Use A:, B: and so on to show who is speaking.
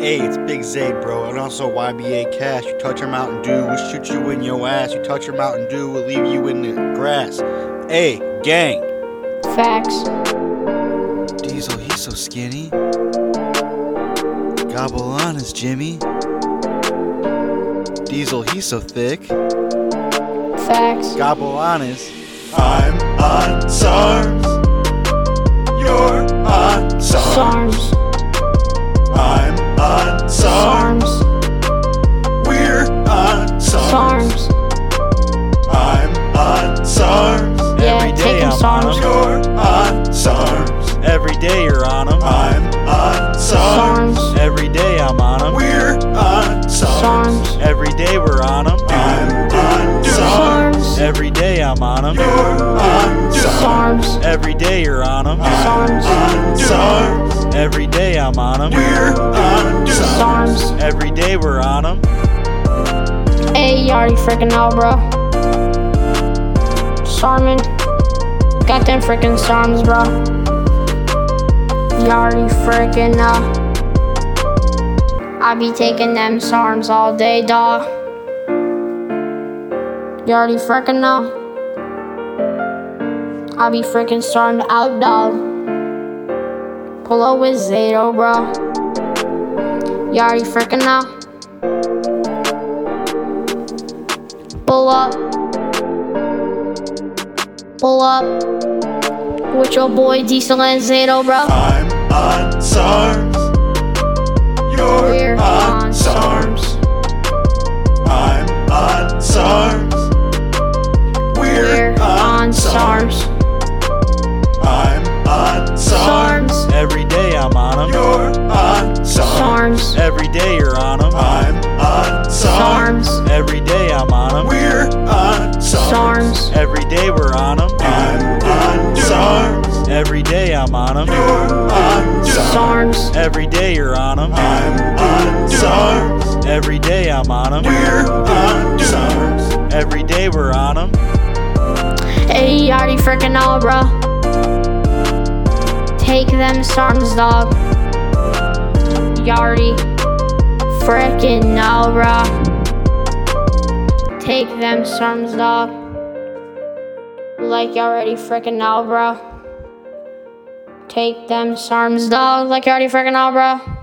A: Hey, it's Big Zabe, bro, and also YBA Cash. You touch your Mountain Dew, we'll shoot you in your ass. You touch your Mountain Dew, we'll leave you in the grass. Hey, gang.
B: Facts.
A: Diesel, he's so skinny. Gobble on is Jimmy. Diesel, he's so thick.
B: Facts.
A: Gobble on is. I'm on SARS. You're on
B: SARMs.
A: I'm on
B: SARMs.
A: We're on
B: SARMs.
A: I'm on SARS.
B: Yeah, take 'em SARMs.
A: You're on SARS. Every day you're on them. I'm on SARS.
B: SARMs.
A: Every day I'm on them. We're on
B: SARMs.
A: Every day we're on them. I'm on
B: SARMs.
A: Every day I'm on them. You're on
B: SARMs.
A: Every day you're on them.
B: SARMs.
A: SARS. Every day I'm on them. We're on
B: SARMs.
A: Every day we're on them.
B: Hey, you already freaking know, bro. Sarmin. Got them freaking SARMs, bro. You already freaking know. I be taking them SARMs all day, dawg. You already freaking know. I be freaking SARMed out, dawg. Pull up with Zato, bro. You already freaking know. Pull up. Pull up. With your boy Diesel and Zato, bro.
A: I'm on SARS. You're
B: We're on SARMs.
A: I'm on SARS.
B: We're on SARMs.
A: I'm on
B: SARMs.
A: Every day I'm on them. You're on
B: SARMs.
A: Every day you're on them. I'm on
B: SARMs.
A: Every day I'm on them. We're on
B: SARMs.
A: Every day we're on them. I'm on SARMs. Every day I'm on them. You're on
B: SARMs.
A: Every day you're on them. I'm on SARS. Every day I'm on them. We're on SARS. Every day we're on them.
B: Hey, you already freaking know, bro. Take them SARMs, dog. You already freaking know, bro. Take them SARMs, dog. Like you already freaking know, bro. Take them SARMs, dog. Like you already freaking know, bro.